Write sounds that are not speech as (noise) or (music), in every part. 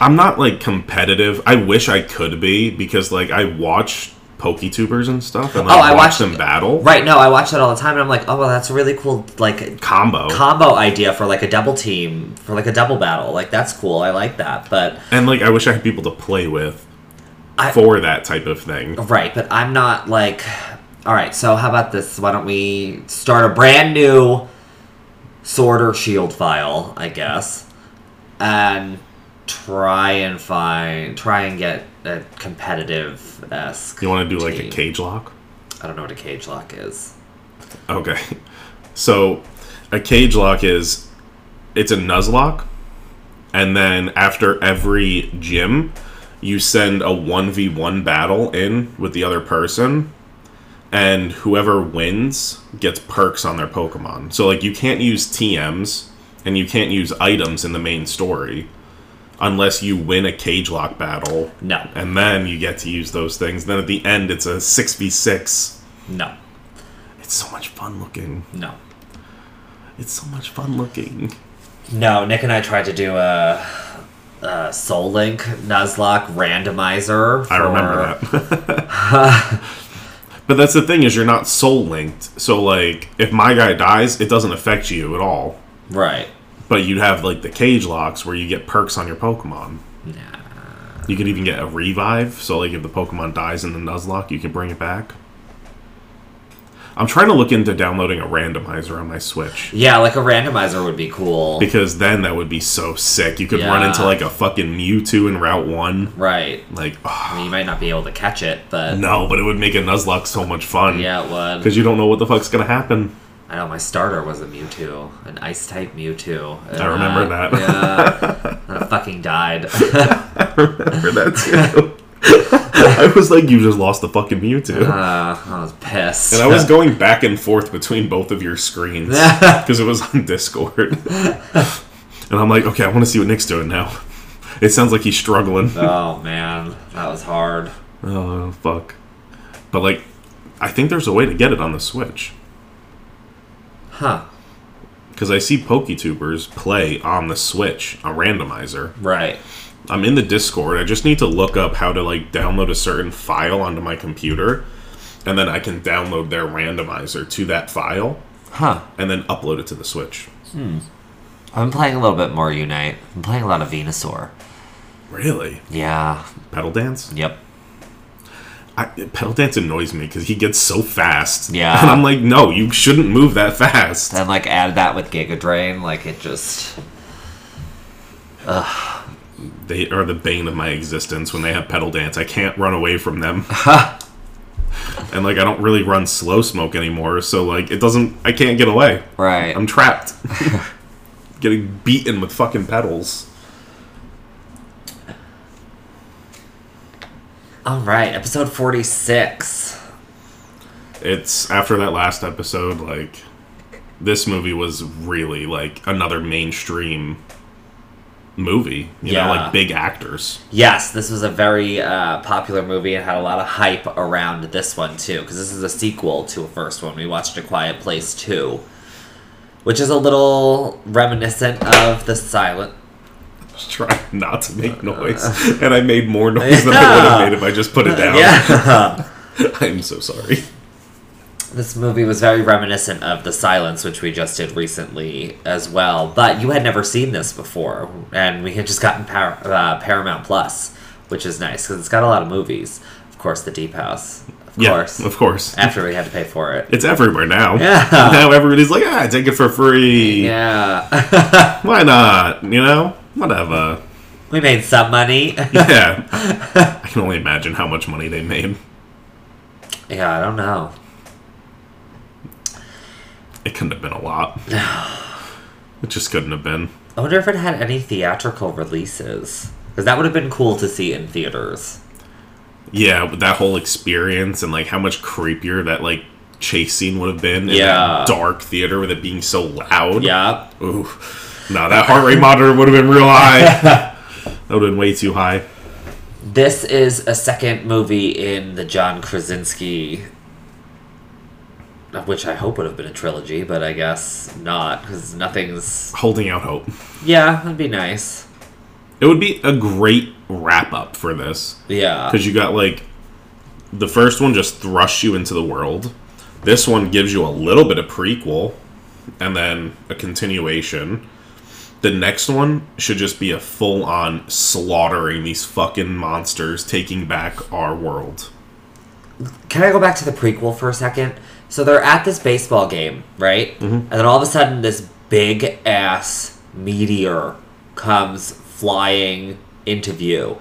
I'm not like competitive. I wish I could be because like I watch PokeTubers and stuff, and Oh, I I watch watched- them battle Right, no, I watch that all the time, and I'm like, oh, well, that's a really cool, like, combo, combo idea for, like, a double team, for, like, a double battle. Like, that's cool. I like that. But, and like I wish I had people to play with I- for that type of thing. right, but I'm not, like, all right, so how about this? Why don't we start a brand new sword or shield file, I guess, and try and find, try and get a competitive esque. You want to do like a cage lock? I don't know what a cage lock is. Okay. (laughs) So a cage lock is it's a nuzlocke and then after every gym you send a 1v1 battle in with the other person and whoever wins gets perks on their pokemon. So like you can't use TMs and you can't use items in the main story unless you win a cage lock battle No, and then you get to use those things. Then at the end it's a 6v6. no, It's so much fun looking. no. It's so much fun looking. No, Nick and I tried to do a, a Soul Link Nuzlocke randomizer. I remember for- that. (laughs) but that's the thing is you're not soul linked. So like if my guy dies, it doesn't affect you at all. Right. But you have like the cage locks where you get perks on your Pokemon. Nah. You could even get a revive. So like if the Pokemon dies in the Nuzlocke, you can bring it back. I'm trying to look into downloading a randomizer on my Switch. Yeah, like a randomizer would be cool. Because then that would be so sick. You could run Yeah. into like a fucking Mewtwo in Route 1. right. Like, I ah, mean, you might not be able to catch it, but no, but it would make a Nuzlocke so much fun. yeah, it would. because you don't know what the fuck's gonna happen. I know my starter was a Mewtwo, an Ice type Mewtwo. and, I remember that. (laughs) Ah, Yeah, and it fucking died. Uh, For that too. (laughs) I was like, you just lost the fucking Mewtwo. Uh, I was pissed. And I was going back and forth between both of your screens because it was on Discord. (laughs) and I'm like, okay, I want to see what Nick's doing now. (laughs) It sounds like he's struggling. (laughs) oh man, that was hard. Oh fuck! But like, I think there's a way to get it on the Switch Huh. because I see PokeTubers play on the Switch a randomizer. Right. I'm in the Discord. I just need to look up how to like download a certain file onto my computer, and then I can download their randomizer to that file Huh. and then upload it to the Switch. I'm playing a little bit more Unite. I'm playing a lot of Venusaur. Really? Yeah. Pedal dance? Yep. I, pedal dance annoys me because he gets so fast. (laughs) Yeah. And I'm like, no, you shouldn't move that fast. Then like add that with Giga Drain, like it just They are the bane of my existence when they have pedal dance. I can't run away from them. and like, I don't really run slow smoke anymore, so like, it doesn't. I can't get away. right. I'm trapped. (laughs) Getting beaten with fucking pedals. All right, episode forty six. It's after that last episode, like, this movie was really, like, another mainstream movie. You Yeah. know, like, big actors. (laughs) Yes, this was a very uh, popular movie and had a lot of hype around this one too, because this is a sequel to a first one. We watched A Quiet Place two, which is a little reminiscent of the silent. Just trying not to make noise. And I made more noise than I would have Uh. Yeah. made if I just put it down. Yeah. (laughs) (laughs) I'm so sorry. This movie was very reminiscent of The Silence, which we just did recently as well. But you had never seen this before, and we had just gotten Par- uh, Paramount Plus, which is nice because it's got a lot of movies. Of course, The Deep House. Of Yeah, course. of course. After we had to pay for it. It's everywhere now. Yeah. (laughs) Now everybody's like, ah, take it for free. (laughs) Yeah. Why not? You know? Whatever. (laughs) we made some money. (laughs) yeah. I can only imagine how much money they made. yeah, I don't know. It couldn't have been a (sighs) lot. It just couldn't have been. I wonder if it had any theatrical releases. Because that would have been cool to see in theaters. Yeah, but that whole experience and like how much creepier that like chase scene would have been in Yeah. that dark theater with it being so loud. Yeah. Ooh. No, that heart rate monitor would have been real (laughs) high. that would have been way too high. This is a second movie in the John Krasinski, of which I hope would have been a trilogy, but I guess not because nothing's. Holding out hope. Yeah, that'd be nice. It It would be a great wrap up for this Yeah. because you got like the first one just thrusts you into the world. This one gives you a little bit of prequel and then a continuation. The next one should just be a full on slaughtering these fucking monsters, taking back our world. Can I go back to the prequel for a second? So they're at this baseball game, right? And then all of a sudden, this big ass meteor comes flying into view.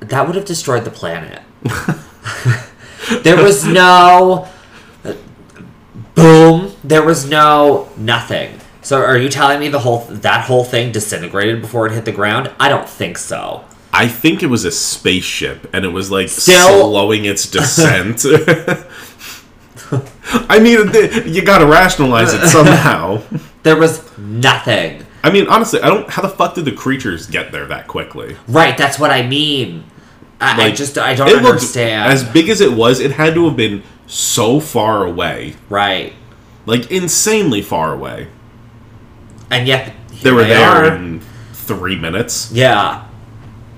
That would have destroyed the planet. there was no uh, boom. There was no nothing. So are you telling me the whole that whole thing disintegrated before it hit the ground? I don't think so. I think it was a spaceship, and it was like Still- slowing its descent. (laughs) I mean, th- you gotta rationalize it somehow. There was nothing. I mean, honestly, I don't. How the fuck did the creatures get there that quickly? Right, that's what I mean. I, I Like, just I don't it looked- understand. as big as it was, it had to have been so far away, right, like insanely far away. and yet here They were there are. in three minutes. Yeah,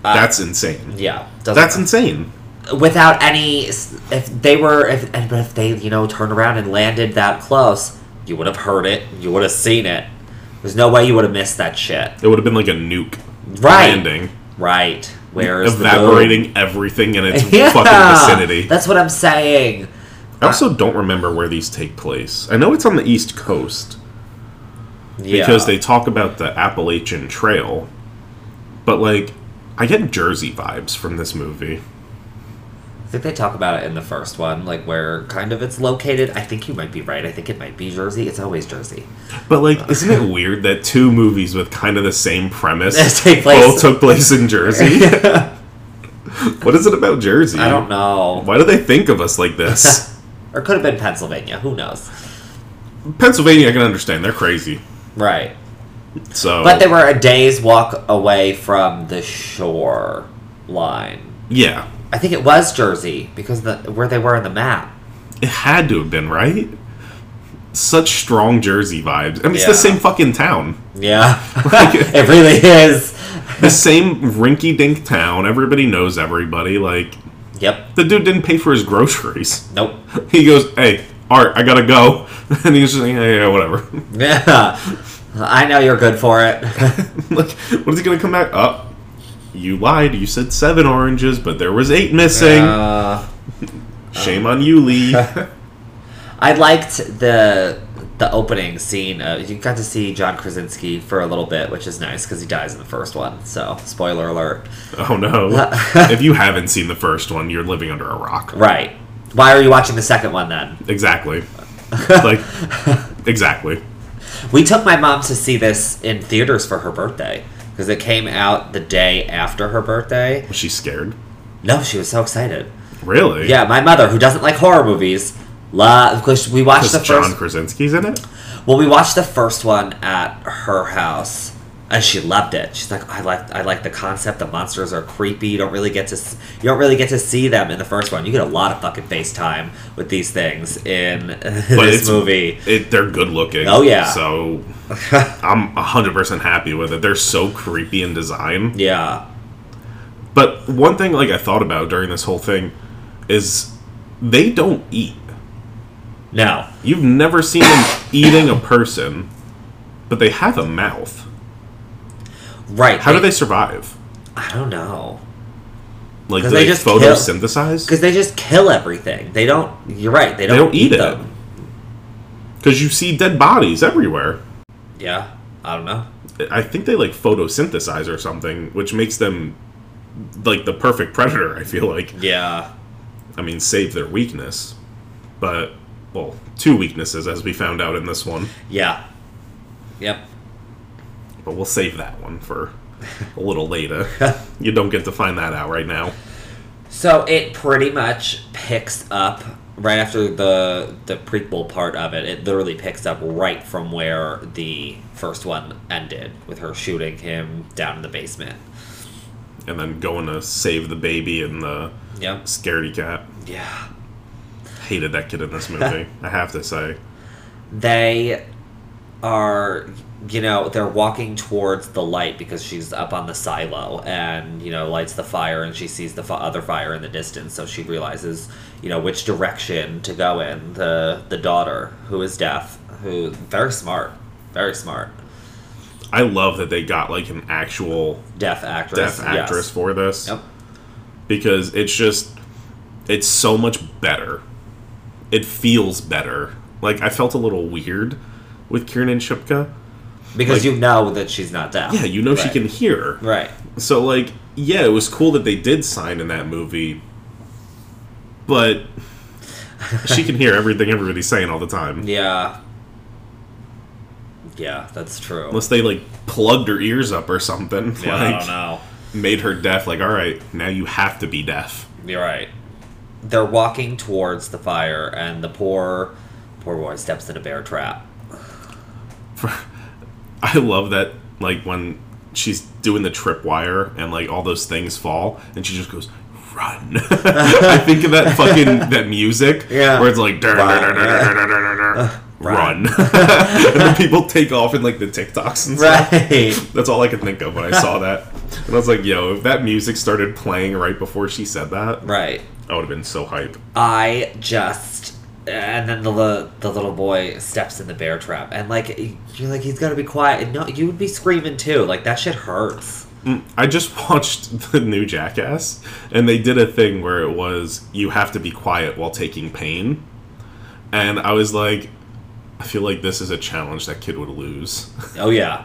That's insane. yeah. Doesn't That's insane. without any. If they were, if and if they you know turned around and landed that close, you would have heard it. You would have seen it. There's no way you would have missed that shit. It would have been like a nuke Right. landing, Right. Where is the moon? evaporating everything in its (laughs) Yeah, fucking vicinity. That's what I'm saying. I also don't remember where these take place. I know it's on the East Coast Yeah. because they talk about the Appalachian Trail, but like, I get Jersey vibes from this movie. I think they talk about it in the first one, like where kind of it's located. I think you might be right. I think it might be Jersey. It's always Jersey. But Uh, like, isn't (laughs) it weird that two movies with kind of the same premise Take place- both took place in (laughs) (laughs) Jersey? what is it about Jersey? I don't know. Why do they think of us like (laughs) this? Or could have been Pennsylvania. Who knows? Pennsylvania, I can understand. They're crazy. Right. So, But they were a day's walk away from the shore line. yeah, I think it was Jersey because the where they were in the map. it had to have been right. Such strong Jersey vibes. I mean, it's the Yeah. same fucking town. Yeah. (laughs) it really is. (laughs) the same rinky dink town. Everybody knows everybody. Like, Yep. the dude didn't pay for his groceries. (laughs) Nope. (laughs) He goes, Hey, Art, I gotta go. (laughs) And he's just like, Yeah, yeah, whatever. Yeah. I know you're good for it. (laughs) like, what is he gonna come back? Up. you lied. You said seven oranges, but there was eight missing. Uh, Shame on you, (laughs) Lee. I liked the the opening scene. Uh, you got to see John Krasinski for a little bit, which is nice because he dies in the first one. So spoiler alert. oh (laughs) no. if you haven't seen the first one, you're living under a rock. Right. Why are you watching the second one then? (laughs) Exactly. like, exactly. We took my mom to see this in theaters for her birthday because it came out the day after her birthday. Was she scared? No, she was so excited. Really? Yeah, my mother, who doesn't like horror movies, love because we watched the Because first. John Krasinski's in it? Well, we watched the first one at her house, and she loved it. She's like, I like, I like the concept. The monsters are creepy. You don't really get to, s- you don't really get to see them in the first one. You get a lot of fucking face time with these things in (laughs) this it's- movie. It, they're good looking. Oh, yeah. (laughs) So I'm 100% happy with it. They're so creepy in design. Yeah, But one thing like I thought about during this whole thing is they don't eat. no, You've never seen (coughs) them eating a person, but they have a mouth. right? How do they survive? I don't know. Like 'Cause do they they, just kill- photosynthesize? Because they just kill everything. They don't. You're right. They They don't. don't eat it. them. Cuz you see dead bodies everywhere. Yeah. I don't know. I think they like photosynthesize or something, which makes them like the perfect predator, I feel like. Yeah. I mean, save their weakness, but well, two weaknesses as we found out in this one. Yeah. Yep. But we'll save that one for a little later. (laughs) you don't get to find that out right now. So it pretty much picks up right after the the prequel part of it. It literally picks up right from where the first one ended with her shooting him down in the basement. And then going to save the baby and the Yep. scaredy cat. Yeah. (laughs) Hated that kid in this movie. I have to say. They are you know they're walking towards the light because she's up on the silo and you know lights the fire and she sees the f- other fire in the distance so she realizes you know which direction to go in the the daughter who is deaf who very smart very smart I love that they got like an actual deaf actress deaf actress yes. for this Yep. because it's just it's so much better. It feels better. Like I felt a little weird with Kiernan Shipka. Like- because you know that she's not deaf Yeah, you know she Right. can hear. right So like, yeah, it was cool that they did sign in that movie, but she can hear everything everybody's saying all the time. (laughs) yeah yeah that's true Unless they like plugged her ears up or something, yeah, I like don't know made her deaf. Like, all right, now you have to be deaf. (laughs) You're right. They're walking towards the fire, and the poor, poor boy steps in a bear trap. I love that. Like when she's doing the tripwire and like all those things fall, and she just goes. Run! (laughs) I think of (laughs) that fucking that music, Yeah. where it's like "Dur, dur, dur, dur, dur, dur, dur, dur, dur." (laughs) Run. run, (laughs) and then people take off in like the TikToks and stuff. Right. That's all I could think of when I saw that. And I was like, yo, if that music started playing right before she said that, (laughs) right. I would have been so hype. I just. And then the li- the little boy steps in the bear trap, and like you're like he's gotta be quiet. And no, you would be screaming too. Like that shit hurts. Mm, I just (laughs) watched the new Jackass, and they did a thing where it was you have to be quiet while taking pain. And I was like, I feel like this is a challenge that kid would lose. (laughs) Oh yeah,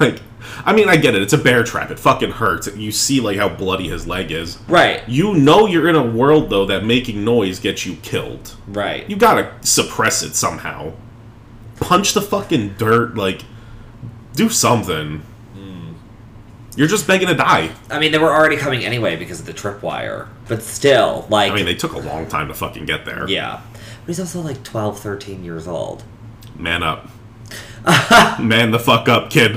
like, I mean, I get it. It's a bear trap. It fucking hurts. You see, like, how bloody his leg is. right, You know you're in a world, though, that making noise gets you killed. right. You gotta suppress it somehow. Punch the fucking dirt, like, do something. You're just begging to die. I mean they were already coming anyway because of the tripwire, but still, like I mean, they took a long time to fucking get there. yeah. But he's also like 12, 13 years old. Man up. (laughs) Man the fuck up, kid.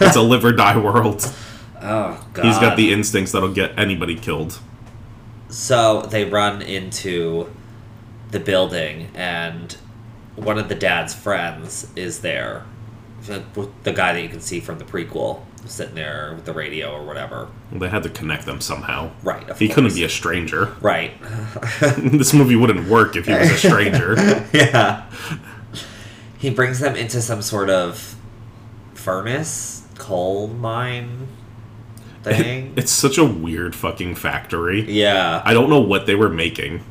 It's a live or die world. Oh god. He's got the instincts that'll get anybody killed. So they run into the building, and one of the dad's friends is there. The the guy that you can see from the prequel sitting there with the radio or whatever. They had to connect them somehow. Right. Of He course. couldn't be a stranger. (laughs) Right. (laughs) this movie wouldn't work if he was a stranger. yeah. He brings them into some sort of furnace, coal mine (laughs) thing. it's such a weird fucking factory. yeah. I don't know what they were making.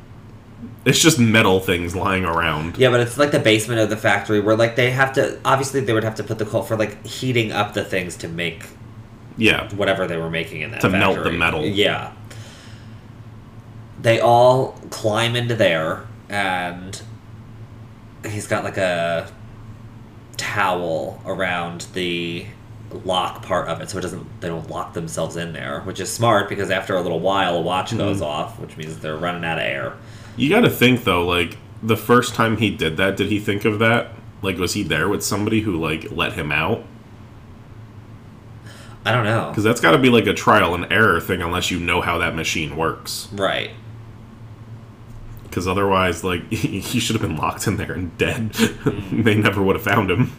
It's just metal things lying around. Yeah, but it's like the basement of the factory where like they have to obviously they would have to put the coal for like heating up the things to make Yeah. whatever they were making in that To melt factory. the metal. Yeah. They all climb into there, and he's got like a towel around the lock part of it, so it doesn't. They don't lock themselves in there, which is smart because after a little while, a watch Mm-hmm. goes off, which means they're running out of air. You got to think though, like the first time he did that, did he think of that? Like was he there with somebody who like let him out? I don't know. Cuz that's got to be like a trial and error thing unless you know how that machine works. Right. Cuz otherwise like (laughs) he should have been locked in there and dead. (laughs) they never would have found him.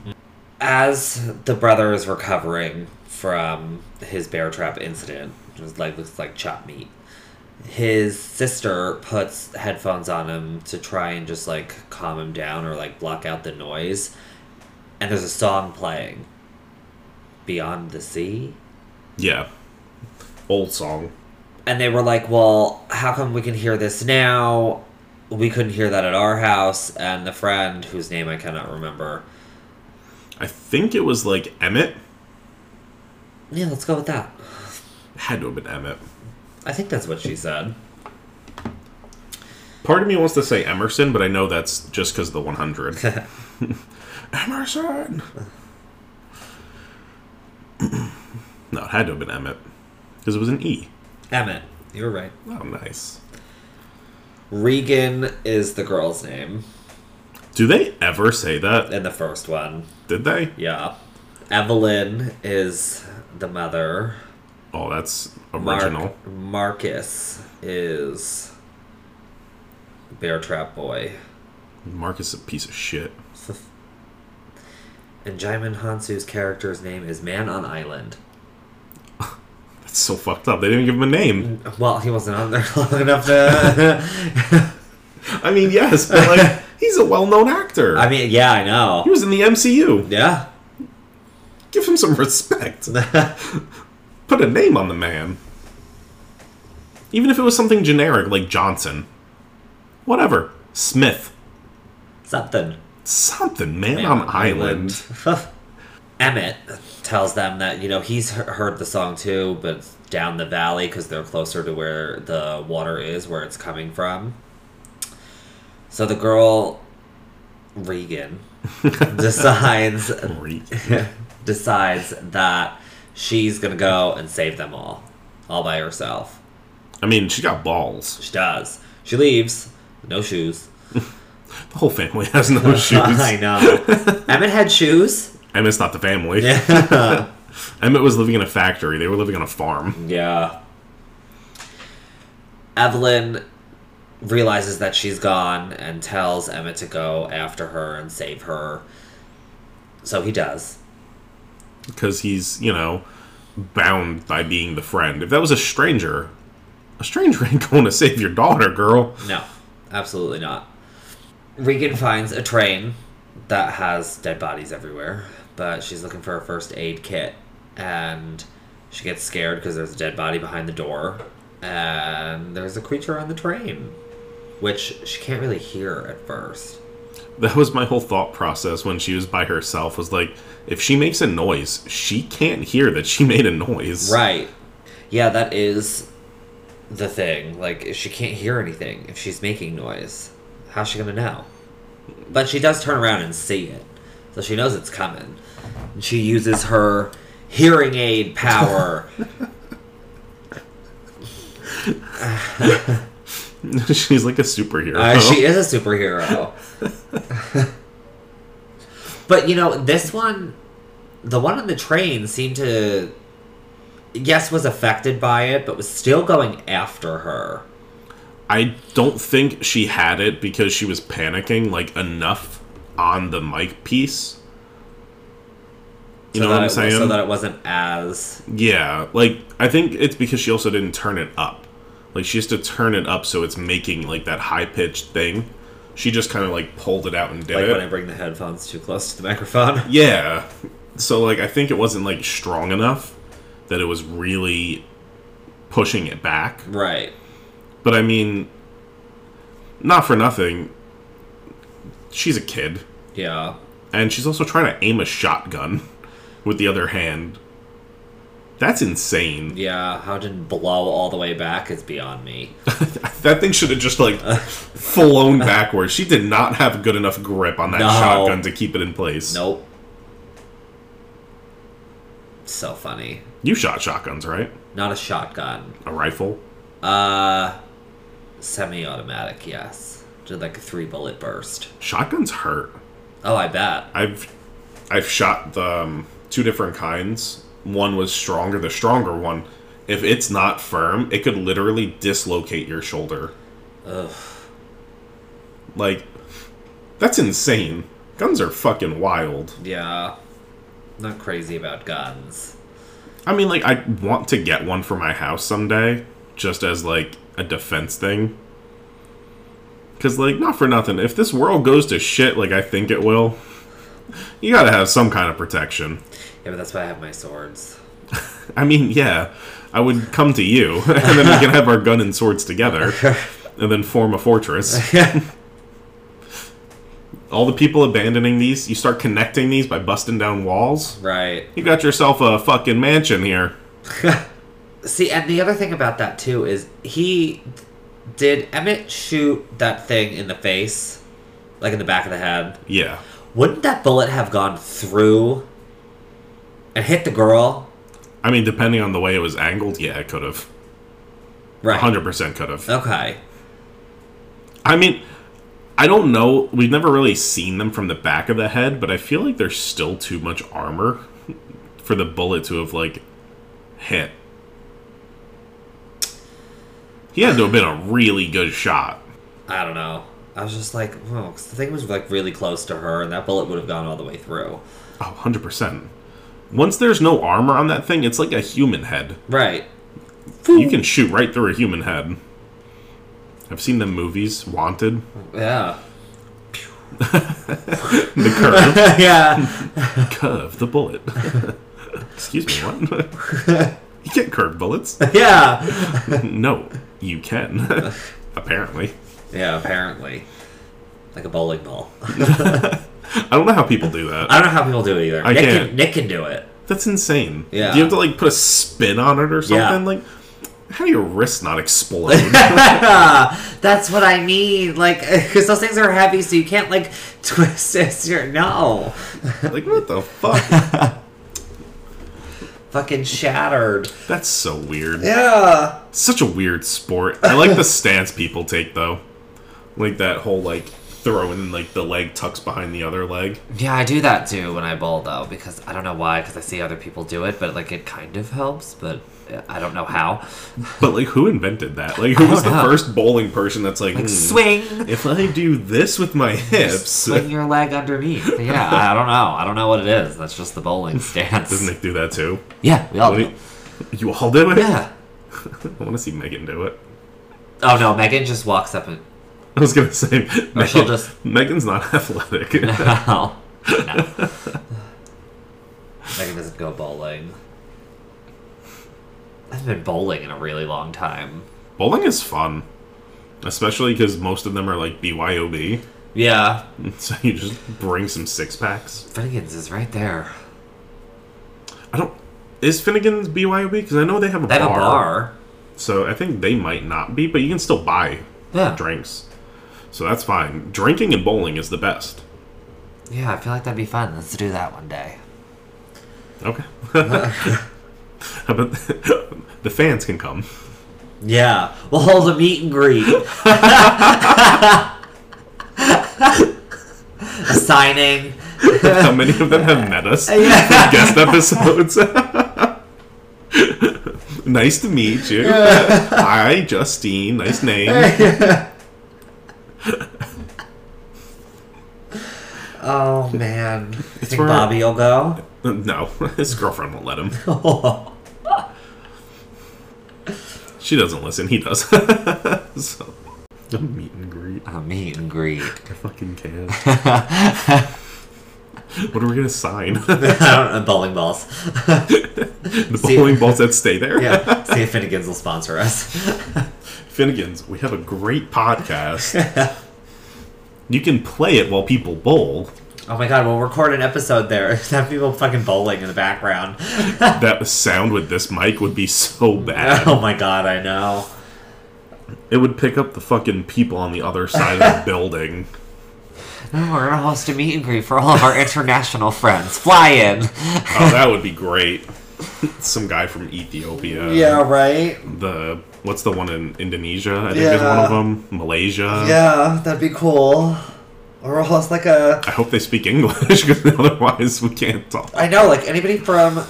as the brother is recovering from his bear trap incident, his leg looks like chopped meat. His sister puts headphones on him to try and just like calm him down or like block out the noise. And there's a song playing, "Beyond the Sea," Yeah. Old song. and they were like, "Well, how come we can hear this now? We couldn't hear that at our house." And the friend, whose name I cannot remember, I think it was like Emmett. yeah, let's go with that. Had to have been Emmett. I think that's what she said. Part of me wants to say Emerson, but I know that's just because the 100. Emerson! no, it had to have been Emmett. Because it was an E. Emmett, you were right. Oh, nice. Regan is the girl's name Do they ever say that? in the first one. Did they? Yeah. Evelyn is the mother. Oh, that's original. Mark, Marcus is Bear Trap Boy. Mark is a piece of shit. And Jaimon Hansu's character's name is Man on Island. That's so fucked up. They didn't give him a name. Well, he wasn't on there (laughs) long enough to. I mean, yes, but (laughs) like he's a well-known actor. I mean, yeah, I he know. was in the MCU. Yeah. (laughs) Give him some respect. Put a name on the man. Even if it was something generic like Johnson. Whatever. Smith. Something. Something, man, on island. (laughs) Emmett tells them that you know he's he- heard the song too, but it's down the valley because they're closer to where the water is, where it's coming from. So the girl, (laughs) Regan, decides decides that she's gonna go and save them all, all by herself. I mean, she got balls. She does. She leaves, no shoes. The whole family (laughs) has no shoes. (laughs) I know. Emmett had shoes. Emmett's not the family. Yeah. (laughs) Emmett was living in a factory. They were living on a farm. Yeah. Evelyn realizes that she's gone and tells Emmett to go after her and save her. So he does. because he's you know bound by being the friend. If that was a stranger, a stranger (laughs) ain't going to save your daughter, girl. No, absolutely not. Regan finds a train that has dead bodies everywhere, but she's looking for a first aid kit and she gets scared because there's a dead body behind the door and there's a creature on the train, which she can't really hear at first. That was my whole thought process when she was by herself. Was like, if she makes a noise, she can't hear that she (laughs) made a noise. Right. Yeah, that is the thing. Like, she can't hear anything if she's making noise. How's she gonna know? But she does turn around and see it. So she knows it's coming. And she uses her hearing aid power. (laughs) She's like a superhero. Uh, she is a superhero. (laughs) but you know, this one, the one on the train seemed to, yes, was affected by it, but was still going after her. I don't think she had it because she was panicking like enough on the mic piece. You so know what that I'm it- saying? So that it wasn't as Yeah, like I think it's because she also didn't turn it up. Like she used to turn it up so it's making like that high pitched thing. She just kind of like pulled it out and did like it. when I bring the headphones too close to the microphone. (laughs) yeah. So like I think it wasn't like strong enough that it was really pushing it back. Right. But I mean not for nothing. She's a kid Yeah. and she's also trying to aim a shotgun (laughs) with the other hand. That's insane. Yeah. How it didn't blow all the way back is beyond me. (laughs) That thing should have just like flown backwards. She did not have good enough grip on that No. shotgun to keep it in place. Nope. So funny. You shot shotguns, right? Not a shotgun. A rifle? Uh, semi-automatic. Yes. Did like a three bullet burst. Shotguns hurt. Oh, I bet. I've I've shot the um, two different kinds. One was stronger, the stronger one. If it's not firm, it could literally dislocate your shoulder. Ugh. Like that's insane. Guns are fucking wild. Yeah. Not crazy about guns. I mean, like, I want to get one for my house someday, just as like a defense thing. Cause, like, not for nothing, if this world goes to shit, like I think it will, you gotta have some kind of protection. Yeah, but that's why I have my swords. I mean, yeah, I would come to you, (laughs) and then we can have our gun and swords together, and then form a fortress. All the people abandoning these, you start connecting these by busting down walls. right. You got yourself a fucking mansion here. See, and the other thing about that too is he did Emmett shoot that thing in the face, like in the back of the head. Yeah. Wouldn't that bullet have gone through and hit the girl? I mean, depending on the way it was angled, yeah, it could have. Right. 100% could have. Okay. I mean, I don't know. We've never really seen them from the back of the head, but I feel like there's still too much armor for the bullet to have, like, hit. He had to have been a really good shot. I don't know. I was just like, oh, 'cause the thing was like really close to her, and that bullet would have gone all the way through. Oh, 100%. Once there's no armor on that thing, it's like a human head. Right. You can shoot right through a human head. I've seen the movies, Wanted, Yeah. (laughs) The Curve, yeah. Curve, the (laughs) bullet. Excuse me, what? you can't curve bullets. Yeah. No, you can. (laughs) Apparently. Yeah, apparently. Like a bowling ball. I don't know how people do that. I don't know how people do it either. I Nick can't. can Nick can do it. That's insane. Yeah. Do you have to, like, put a spin on it or something? Yeah. Like, how do your wrists not explode? (laughs) That's what I mean. Like, (laughs) because those things are heavy, so you can't like (laughs) twist it. Your no, like, what the fuck? fucking shattered. That's so weird. Yeah. such a weird sport. I like the stance people take though, like that whole like throwing like the leg tucks behind the other leg. Yeah, I do that too when I bowl though, because I don't know why, because I see other people do it, but like it kind of helps, but I don't know how. But like, who invented that? Like, who was (laughs) the don't know. first bowling person that's like, "Hmm, Swing. if I do this with my hips? (laughs) Swing your leg underneath. Yeah, I don't know. I don't know what it is. That's just the bowling stance. Does Nick do that too? Yeah, we all What do do. you- You all do it? Uh-huh. Yeah. I want to see Megan do it. Oh no, Megan just walks up and. I was gonna say, she'll Megan, just- Megan's not (laughs) athletic. No. no. Megan doesn't go bowling. I haven't been bowling in a really long time. bowling is fun, especially because most of them are like BYOB, Yeah. (laughs) so you just bring some six packs. Finnegan's is right there. I don't. Is Finnegan's BYOB? Because I know they have a They have bar. a bar. So I think they might not be, but you can still buy Yeah. drinks. So that's fine. Drinking and bowling is the best. Yeah, I feel like that'd be fun. Let's do that one day. Okay. (laughs) How about (laughs) the fans can come? (laughs) Yeah. We'll hold (laughs) a meet and greet. a signing. (laughs) How many of them have met us? for Yeah. Guest episodes. (laughs) nice to meet you. Hi, Justine. Nice name. Oh man. I think for- Bobby will (laughs) go. No, (laughs) his girlfriend won't let him. She doesn't listen. He does. (laughs) so, a meet and greet. a meet and greet. I fucking can. (laughs) what are we gonna sign? (laughs) (laughs) I don't know, bowling balls. the See- (laughs) bowling balls that stay there. yeah. See if Finnegan's will sponsor us. Finnegan's. We have a great podcast. (laughs) you can play it while people bowl. Oh my god, we'll record an episode there. (laughs) Have people fucking bowling in the background. (laughs) That sound with this mic would be so bad. oh my god, I know. It would pick up the fucking people on the other side (laughs) of the building. No, we're gonna host a meet and greet for all of our international friends. Fly in. Oh, that would be great. Some guy from Ethiopia. Yeah, right. The what's the one in Indonesia? I think is one of Yeah. them. Malaysia. Yeah, that'd be cool. Or we'll host like a. I hope they speak English (laughs) because otherwise we can't talk. I know, like anybody from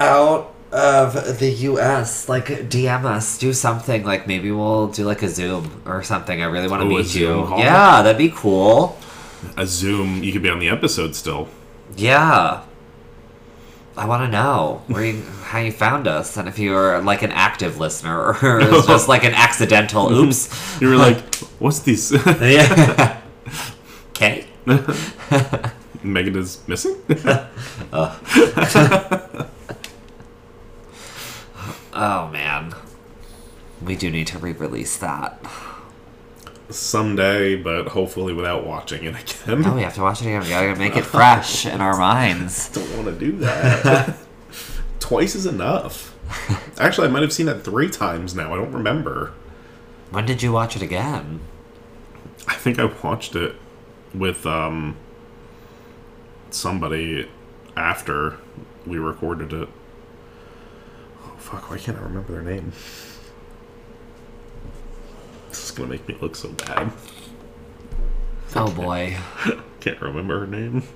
out of the U.S. Like DM us, do something. Like maybe we'll do like a Zoom or something. I really want Ooh, to a meet Zoom you. call? Yeah, that'd be cool. a Zoom, you could be on the episode still. Yeah. I want to know where you, how you found us and if you were like an active listener or (laughs) it was just like an accidental oops. You were like, "What's this?" yeah. (laughs) Okay. (laughs) Megan is missing. Oh man. We do need to re-release that. Someday, but hopefully without watching it again. (laughs) No, Oh, we have to watch it again. We gotta make it fresh in our minds. don't want to do that. Twice is enough. Actually, I might have seen that three times now. I don't remember. When did you watch it again? I think I watched it with um somebody after we recorded it. Oh fuck! Why can't I remember their name? This is gonna make me look so bad. Oh boy. Can't remember her name. (laughs)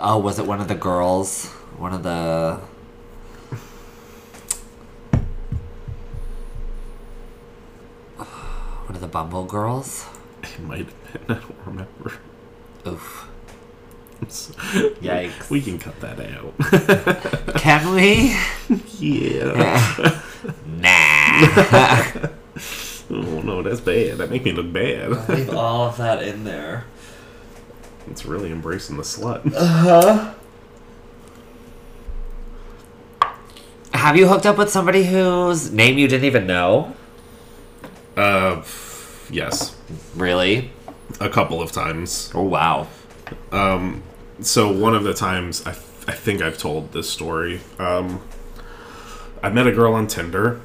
Oh, was it one of the girls? One of the. (sighs) One of the Bumble girls? It might have been. I don't remember. Oof. Yikes. We can cut that out. Can (laughs) we? (laughs) yeah. Nah. oh no, that's bad. That make me look bad. Leave all of that in there. it's really embracing the slut. Uh huh. Have you hooked up with somebody whose name you didn't even know? Uh, f- yes, Really? a couple of times. Oh wow. So one of the times, I, th- I think I've told this story. Um, I met a girl on Tinder,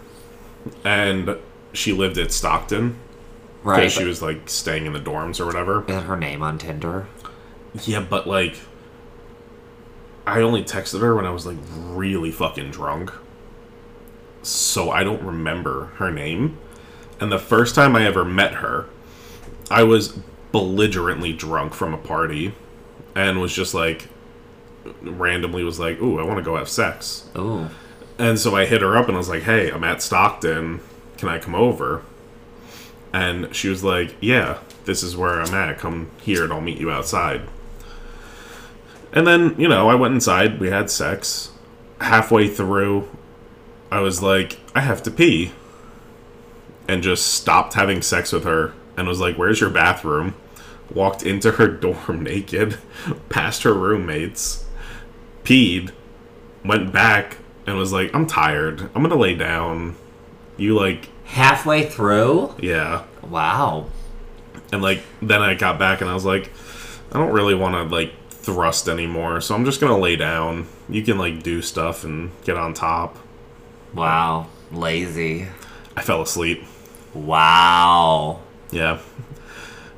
and she lived at Stockton. Right. She was like staying in the dorms or whatever. Is her name on Tinder? Yeah, but like, I only texted her when I was like really fucking drunk. So I don't remember her name. And the first time I ever met her, I was belligerently drunk from a party and was just like, randomly was like, ooh, I want to go have sex. Ooh. And so I hit her up and I was like, hey, I'm at Stockton. Can I come over? And she was like, yeah, this is where I'm at. Come here and I'll meet you outside. And then, you know, I went inside. We had sex. Halfway through, I was like, I have to pee. And just stopped having sex with her and was like, where's your bathroom? Walked into her (laughs) dorm naked, past her roommates, peed, went back and was like, I'm tired. I'm gonna lay down. You like, Halfway through? yeah. Wow. And like, then I got back and I was like, I don't really want to like thrust anymore, so I'm just gonna lay down. You can like do stuff and get on top. Wow. Lazy. I fell asleep. Wow. Yeah.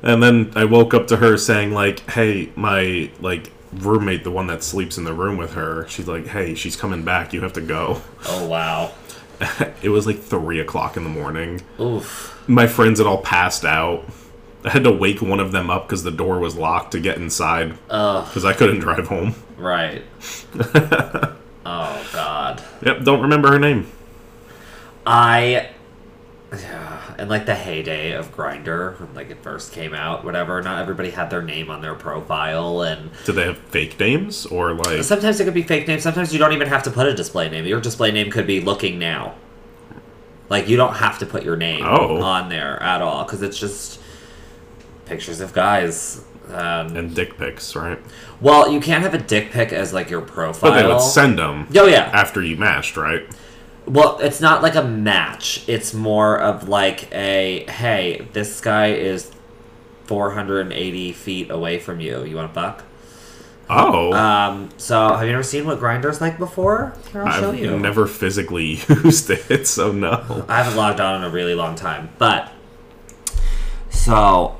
And then I woke up to her saying like, "Hey, my like roommate, the one that sleeps in the room with her, she's like, hey, she's coming back. You have to go." Oh wow. It was like three o'clock in the morning. Oof. my friends had all passed out. I had to wake one of them up because the door was locked to get inside Ugh. because I couldn't drive home. (laughs) Right. oh god. Yep, don't remember her name. I yeah, and like the heyday of Grinder when like it first came out, whatever, not everybody had their name on their profile and Did they have fake names or like? sometimes it could be fake names, sometimes you don't even have to put a display name. Your display name could be looking now. Like you don't have to put your name Oh. on there at all cuz it's just pictures of guys. Um, And dick pics, right? well, you can't have a dick pic as like your profile. But they would send them Oh yeah. after you matched, right? Well, it's not like a match. It's more of like a hey, this guy is 480 feet away from you. You want to fuck? Oh, Um, so have you ever seen what Grinder's like before? Here, I'll show I've you. never physically (laughs) used it, so no. I haven't logged on in a really long time, but so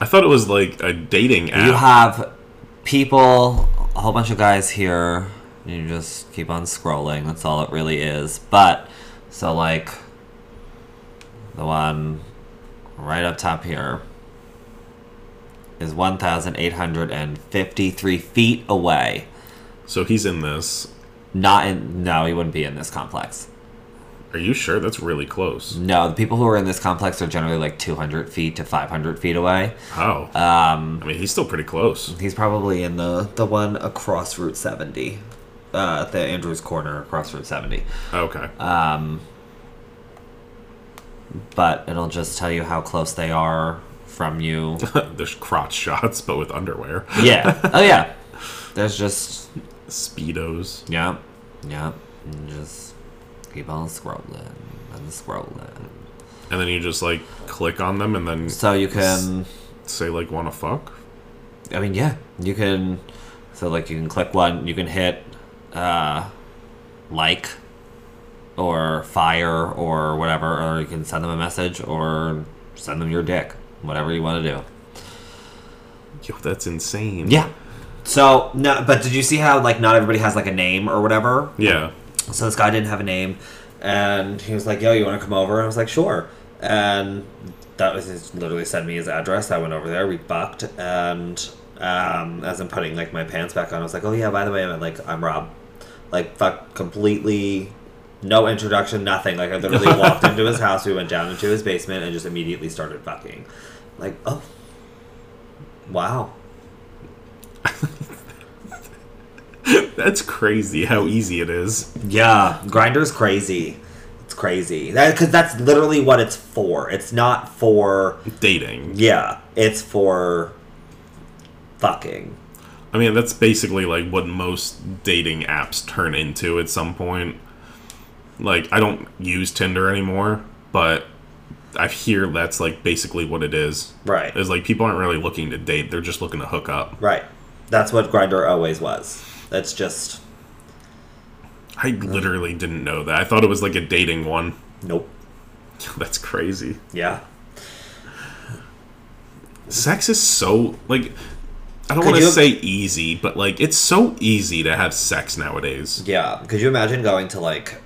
I thought it was like a dating app. you have people, a whole bunch of guys here. You just keep on scrolling. That's all it really is. But so like the one right up top here is 1,853 feet away. so he's in this. Not in. No, he wouldn't be in this complex. Are you sure? That's really close. No, the people who are in this complex are generally like 200 feet to 500 feet away. How? Um, Oh. I mean, he's still pretty close. He's probably in the the one across Route 70, uh, at the Andrews Corner across Route 70. Okay. Um, but it'll just tell you how close they are from you. (laughs) There's crotch shots, but with underwear. yeah. Oh yeah. There's just Speedos. yeah, yeah. And just keep on scrolling and scrolling. And then you just like click on them and then So you can. say like wanna fuck? I mean, yeah, you can. So like, you can click one, you can hit uh, like or fire or whatever, or you can send them a message or send them your dick, whatever you want to do. Yo, that's insane. Yeah. So no, but did you see how like not everybody has like a name or whatever? Yeah. So this guy didn't have a name, and he was like, "Yo, you want to come over?" And I was like, "Sure." And that was his, literally sent me his address. I went over there, we fucked, and um, as I'm putting like my pants back on, I was like, "Oh yeah, by the way, I'm like I'm Rob." Like fuck, completely, no introduction, nothing. Like I literally walked into his house, we went down into his basement, and just immediately started fucking. Like oh, wow, That's crazy how easy it is. Yeah, grinder's crazy. It's crazy. That cuz that's literally what it's for. It's not for Dating. yeah, it's for fucking. I mean, that's basically like what most dating apps turn into at some point. Like, I don't use Tinder anymore, but I hear that's like basically what it is. Right. Is like people aren't really looking to date, they're just looking to hook up. Right. That's what grinder always was. That's just I literally didn't know that. I thought it was like a dating one. (laughs) nope. That's crazy. Yeah. Sex is so like I don't Could want to you- say easy, but like it's so easy to have sex nowadays. Yeah. Could you imagine going to like,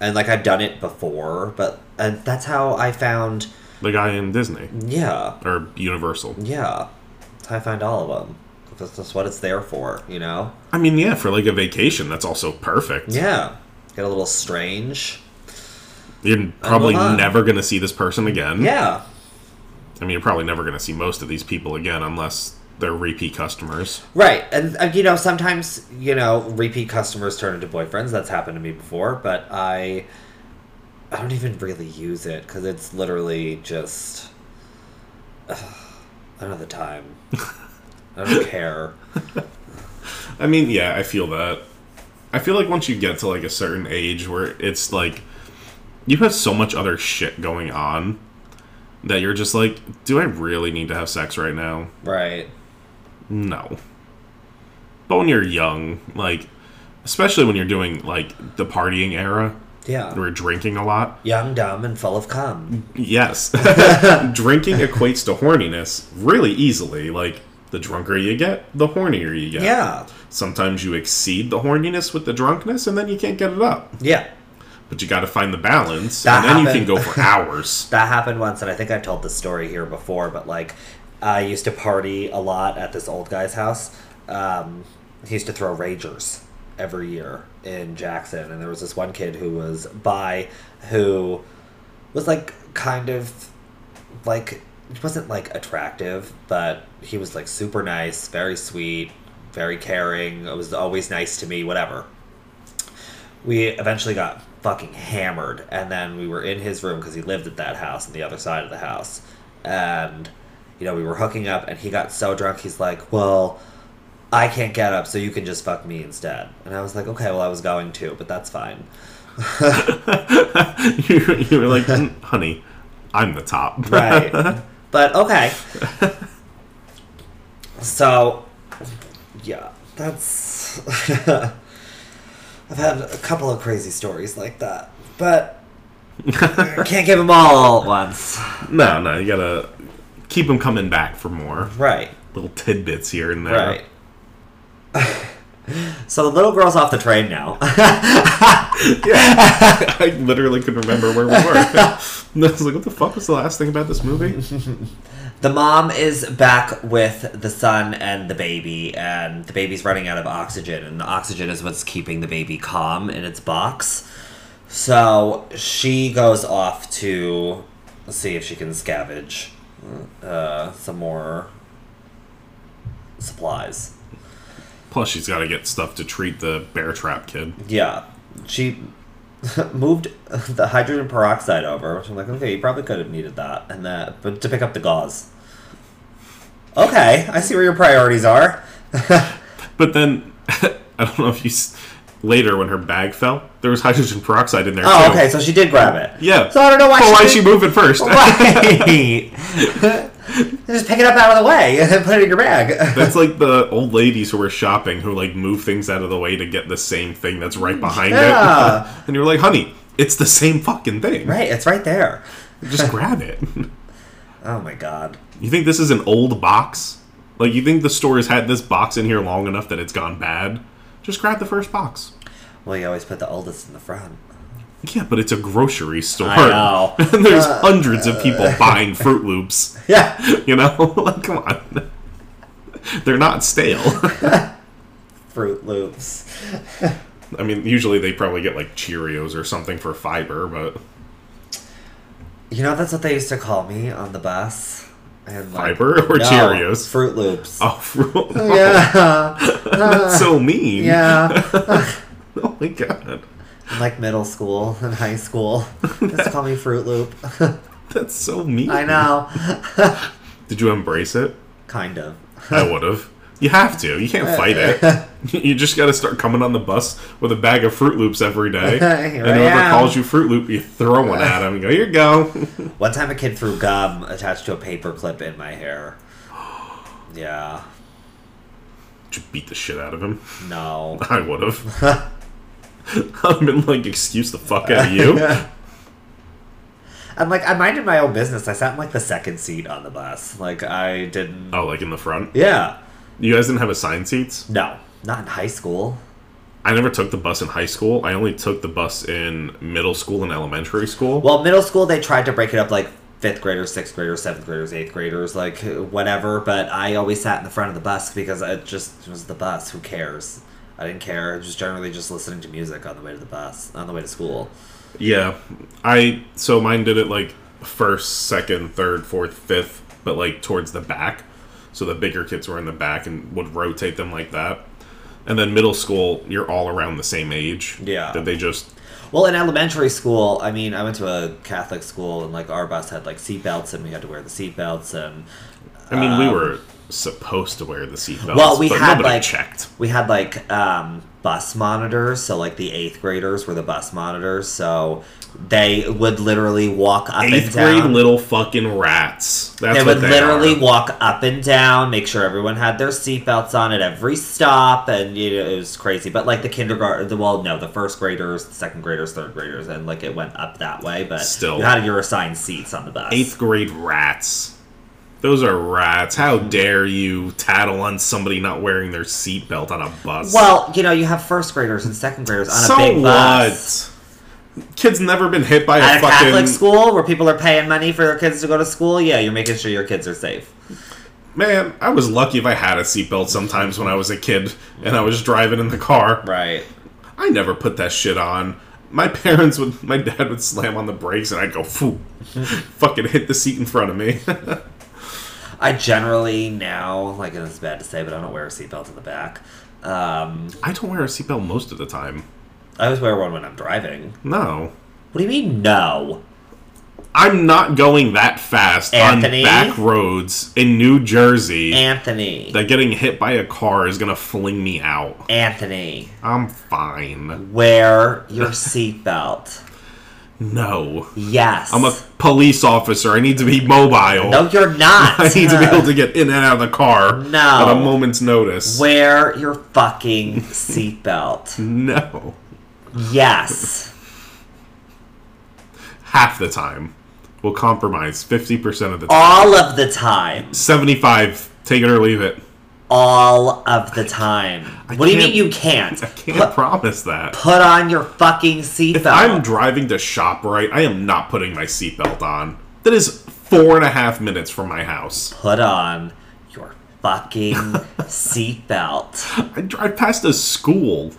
and like I've done it before, but and that's how I found. The guy in Disney Yeah, or Universal. yeah. That's how I found all of them. That's just what it's there for, you know. I mean, yeah, for like a vacation, that's also perfect. Yeah. Get a little strange. You're probably love that. never going to see this person again. Yeah. I mean, you're probably never going to see most of these people again unless they're repeat customers. Right, and uh, you know sometimes you know repeat customers turn into boyfriends. That's happened to me before, but I I don't even really use it because it's literally just ugh, another time. I don't care. I mean, yeah, I feel that. I feel like once you get to like a certain age where it's like you have so much other shit going on that you're just like, do I really need to have sex right now? Right. No. But when you're young, like especially when you're doing like the partying era, Yeah. we're drinking a lot. Young, dumb, and full of cum. Yes. (laughs) drinking equates to horniness really easily. Like the drunker you get, the hornier you get. Yeah. Sometimes you exceed the horniness with the drunkenness and then you can't get it up. Yeah. But you got to find the balance, That and then happened. you can go (laughs) for hours. (laughs) That happened once, and I think I've told this story here before, but like, I used to party a lot at this old guy's house. Um, he used to throw Ragers every year in Jackson, and there was this one kid who was bi who was like kind of like he wasn't like attractive, but he was like super nice, very sweet, very caring. It was always nice to me, whatever we eventually got fucking hammered and then we were in his room because he lived at that house on the other side of the house and you know we were hooking up and he got so drunk he's like well i can't get up so you can just fuck me instead and i was like okay well i was going to but that's fine you, you were like, "Mm, honey, I'm the top. right (laughs) but okay so yeah that's (laughs) i've had a couple of crazy stories like that but I can't give them all at once (laughs) no, no, you gotta keep them coming back for more Right. little tidbits here and there. Right. (laughs) so the little girl's off the train Yeah, now. (laughs) I literally could remember where we (laughs) were. (laughs) And I was like, what the fuck was the last thing about this movie? the mom is back with the son and the baby, and the baby's running out of oxygen, and the oxygen is what's keeping the baby calm in its box. So she goes off to see if she can scavenge uh, some more supplies. Plus, she's got to get stuff to treat the bear trap kid. Yeah, she (laughs) moved the hydrogen peroxide over, which I'm like, okay, you probably could have needed that, and that, but to pick up the gauze. Okay, I see where your priorities are. But then, (laughs) I don't know if you. S- later, when her bag fell, there was hydrogen peroxide in there Oh, too. okay, so she did grab it. Yeah. So I don't know why But she. why'd did- she move it (laughs) first? (laughs) Right. Just pick it up out of the way and (laughs) then put it in your bag. That's like the old ladies who were shopping who like move things out of the way to get the same thing that's right behind Yeah. it. (laughs) and you're like, honey, it's the same fucking thing. right, it's right there. Just grab it. Oh my god. you think this is an old box? Like you think the store has had this box in here long enough that it's gone bad? Just grab the first box. Well, you always put the oldest in the front. (laughs) Yeah, but it's a grocery store. I know. (laughs) and there's hundreds of people buying Fruit Loops. (laughs) Yeah. You know? (laughs) like come on. They're not stale. (laughs) Fruit Loops. I mean, usually they probably get like Cheerios or something for fiber, but You know, that's what they used to call me on the bus. And like, Fiber or Cheerios? (laughs) Fruit Loops. oh, (laughs) Yeah. That's so mean. Yeah. (laughs) (laughs) oh my god. like middle school and high school. Just call me Fruit Loop. (laughs) That's so mean. I know. Did you embrace it? kind of. I would have. You have to. You can't fight (laughs) it. (laughs) You just got to start coming on the bus with a bag of Fruit Loops every day. (laughs) Here and whoever I am. calls you Fruit Loop, you throw one at him. You go, here you go. (laughs) One time a kid threw gum attached to a paper clip in my hair. Yeah. Just beat the shit out of him. (laughs) No. I would have. (laughs) I'd have been like, excuse the fuck out of you. (laughs) I'm like, I minded my own business. I sat in like the second seat on the bus. Like, I didn't. oh, like in the front. Yeah. You guys didn't have assigned seats? No. Not in high school. I never took the bus in high school. I only took the bus in middle school and elementary school. Well, middle school, they tried to break it up like fifth graders, sixth graders, seventh graders, eighth graders, like whatever. But I always sat in the front of the bus because it just was the bus. Who cares? I didn't care. I was just generally just listening to music on the way to the bus, on the way to school. Yeah, I so mine did it like first, second, third, fourth, fifth, but like towards the back. So the bigger kids were in the back and would rotate them like that. And then middle school, you're all around the same age. Yeah. That they just Well, in elementary school, I mean, I went to a Catholic school, and like our bus had like seatbelts, and we had to wear the seatbelts, and I mean, we um, were supposed to wear the seatbelts. Well, we but had nobody like checked. We had like um, bus monitors, so like the eighth graders were the bus monitors, so they would literally walk up Eighth and grade down. little fucking rats. That's they what would they literally are. walk up and down, make sure everyone had their seatbelts on at every stop, and you know, it was crazy. But like the kindergarten, the, well, no, the first graders, the second graders, third graders, and like it went up that way. But Still. you had your assigned seats on the bus. eighth grade rats. Those are rats. How Mm-hmm. dare you tattle on somody not wearing their seatbelt on a bus? Well, you know, you have first graders and second graders on a big bus. what? Kids never been hit by At a a fucking. Catholic school where people are paying money for their kids to go to school, yeah, you're making sure your kids are safe. Man, I was lucky if I had a seatbelt sometimes when I was a kid and I was driving in the car. Right. I never put that shit on. My (laughs) parents would, my dad would slam on the brakes and I'd go, (laughs) "Foo!" fucking hit the seat in front of me. (laughs) I generally now, like, and it's bad to say, but I don't wear a seatbelt in the back. Um, I don't wear a seatbelt most of the time. I always wear one when I'm driving. No. What do you mean, no? I'm not going that fast Anthony? on back roads in New Jersey Anthony. that getting hit by a car is gonna fling me out. Anthony, I'm fine. wear your (laughs) seatbelt. No. Yes. I'm a police officer. I need to be mobile. No, (laughs) you're not. I need to be able (laughs) to get in and out of the car No. at a moment's notice. Wear your fucking seatbelt. No. Yes. Half the time. We'll compromise 50% of the time. All of the time. 75. Take it or leave it. All of the time. what do you mean you can't? I can't Put, promise that. put on your fucking seatbelt. I'm driving to ShopRite. I am not putting my seatbelt on. That is four and a half minutes from my house. put on your fucking seatbelt. I drive past a school.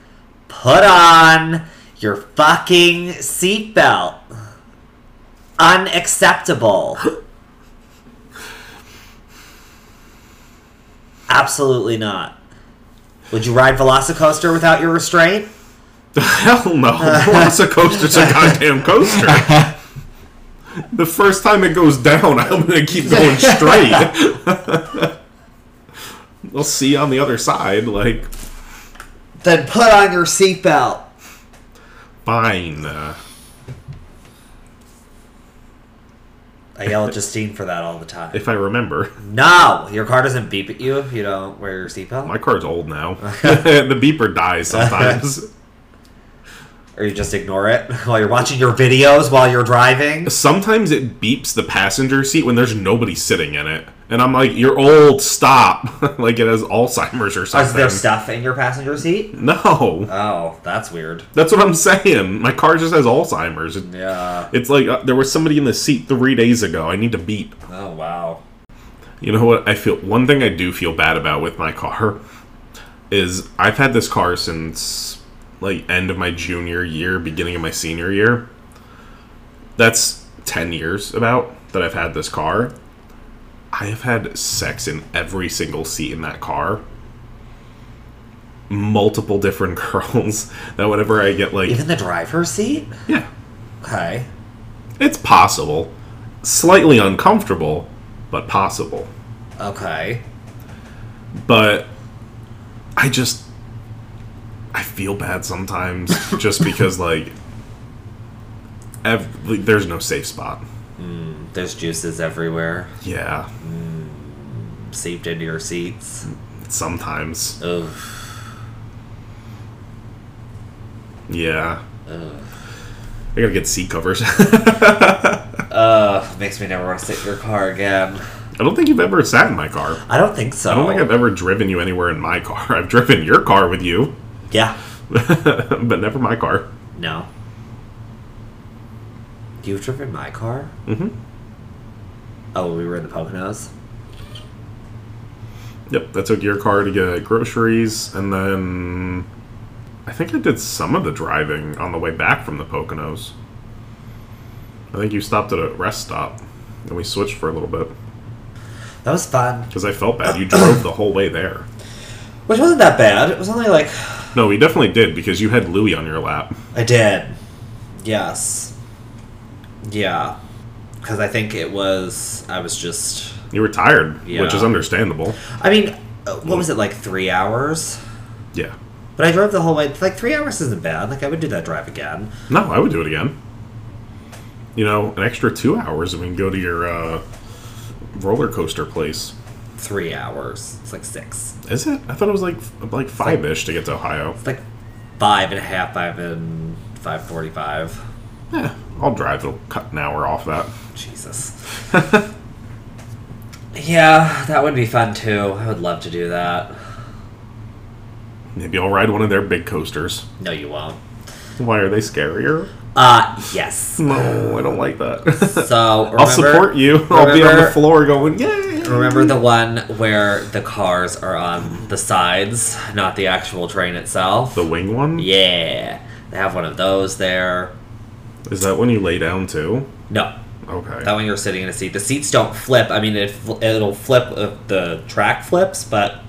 Put on your fucking seatbelt. Unacceptable. Absolutely not. Would you ride Velocicoaster without your restraint? Hell no. Once a coaster's a goddamn coaster. The first time it goes down, I'm gonna keep going straight. (laughs) we'll see you on the other side. Like, Then put on your seatbelt. fine. Uh, I yell at Justine for that all the time. if I remember, No, your car doesn't beep at you if you don't wear your seatbelt. my car's old now. (laughs) the beeper dies sometimes. Or you just ignore it (laughs) while you're watching your videos while you're driving. Sometimes it beeps the passenger seat when there's nobody sitting in it, and I'm like, "You're old. Stop!" (laughs) like it has Alzheimer's or Is something. there stuff in your passenger seat? no, Oh, that's weird. that's what I'm saying. My car just has Alzheimer's. It Yeah. It's like uh, there was somebody in the seat three days ago. I need to beep. Oh wow. You know what? I feel one thing I do feel bad about with my car is I've had this car since like end of my junior year, beginning of my senior year. That's 10 years about that I've had this car. I have had sex in every single seat in that car. multiple different (laughs) girls that whenever I get like Even the driver's seat? yeah, Okay. it's possible, slightly uncomfortable, but possible. Okay. But I just I feel bad sometimes just because like ev- like, there's no safe spot. There's juices everywhere, Yeah, seeped into your seats. sometimes. Ugh. Yeah. Ugh. I gotta get seat covers. (laughs) Ugh. Makes me never want to sit in your car again. I don't think you've ever sat in my car. I don't think so. I don't think I've ever driven you anywhere in my car. (laughs) I've driven your car with you, (laughs) Yeah. but never my car. No. You've driven my car? hmm Oh, we were in the Poconos? Yep, I took your car to get groceries, and then I think I did some of the driving on the way back from the Poconos. I think you stopped at a rest stop, and we switched for a little bit That was fun. because I felt bad. You drove the whole way there. Which wasn't that bad. It was only like. No, we definitely did because you had Louie on your lap. I did. Yes. Yeah. Because I think it was. I was just. You were tired, which is Yeah. understandable. I mean, uh, what was it, like three hours? Yeah. But I drove the whole way. Like, three hours isn't bad. Like, I would do that drive again. No, I would do it again. You know, an extra two hours, and we can go to your uh, roller coaster place. Three hours. It's like six. Is it? I thought it was like like five ish to get to Ohio. It's like five and a half, five and five forty-five. Yeah, I'll drive. It'll cut an hour off that. Jesus. yeah, that would be fun too. I would love to do that. Maybe I'll ride one of their big coasters. No, you won't. Why are they scarier? Uh, (laughs) yes. No, I don't like (laughs) that. So remember, I'll support you. I'll be on the remember- floor going, yay! Remember the one where the cars are on the sides, not the actual train itself? the wing one? yeah. They have one of those there. Is that when you lay down too? No. Okay. That one you're sitting in a seat. The seats don't flip. I mean, it, fl- it'll flip if the track flips, but